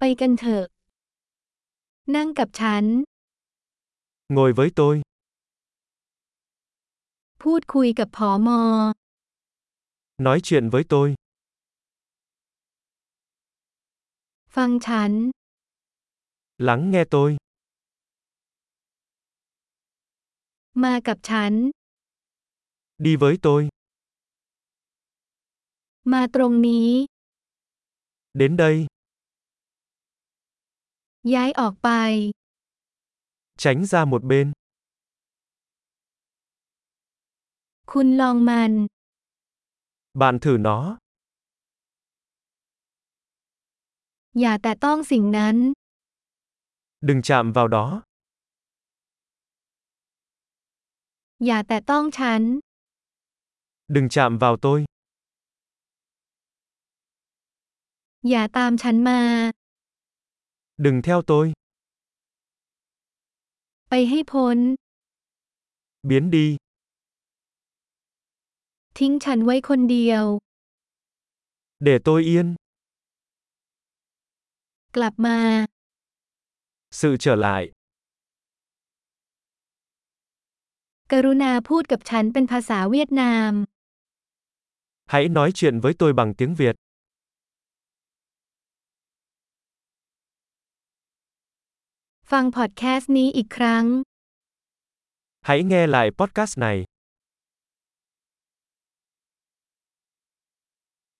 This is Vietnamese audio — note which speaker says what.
Speaker 1: กันเถอะ นั่งกับฉัน
Speaker 2: Ngồi với tôi.
Speaker 1: พูดคุยกับผอมอ
Speaker 2: Nói chuyện với tôi.
Speaker 1: ฟังฉัน
Speaker 2: Lắng nghe tôi.
Speaker 1: มากับฉัน
Speaker 2: Đi với tôi.
Speaker 1: มาตรงนี้
Speaker 2: Đến đây.
Speaker 1: ย้ายออกไป
Speaker 2: Tránh ra một bên.
Speaker 1: คุณลองมัน
Speaker 2: Bạn thử nó.
Speaker 1: อย่าแต่ต้องสิ่งนั้น
Speaker 2: Đừng chạm vào đó.
Speaker 1: อย่าแต่ต้องฉัน
Speaker 2: Đừng chạm vào tôi.
Speaker 1: อย่าตามฉันมา
Speaker 2: Đừng theo tôi.
Speaker 1: ไปให้พ้น
Speaker 2: Biến đi.
Speaker 1: ทิ้งฉันไว้คนเดียว
Speaker 2: Để tôi yên.
Speaker 1: กลับมา
Speaker 2: Sự trở lại.
Speaker 1: กรุณาพูดกับฉันเป็นภาษาเวียดนาม
Speaker 2: Hãy nói chuyện với tôi bằng tiếng Việt.
Speaker 1: ฟังพอดแคสต์นี้อีกครั้ง
Speaker 2: Hãy nghe lại podcast này.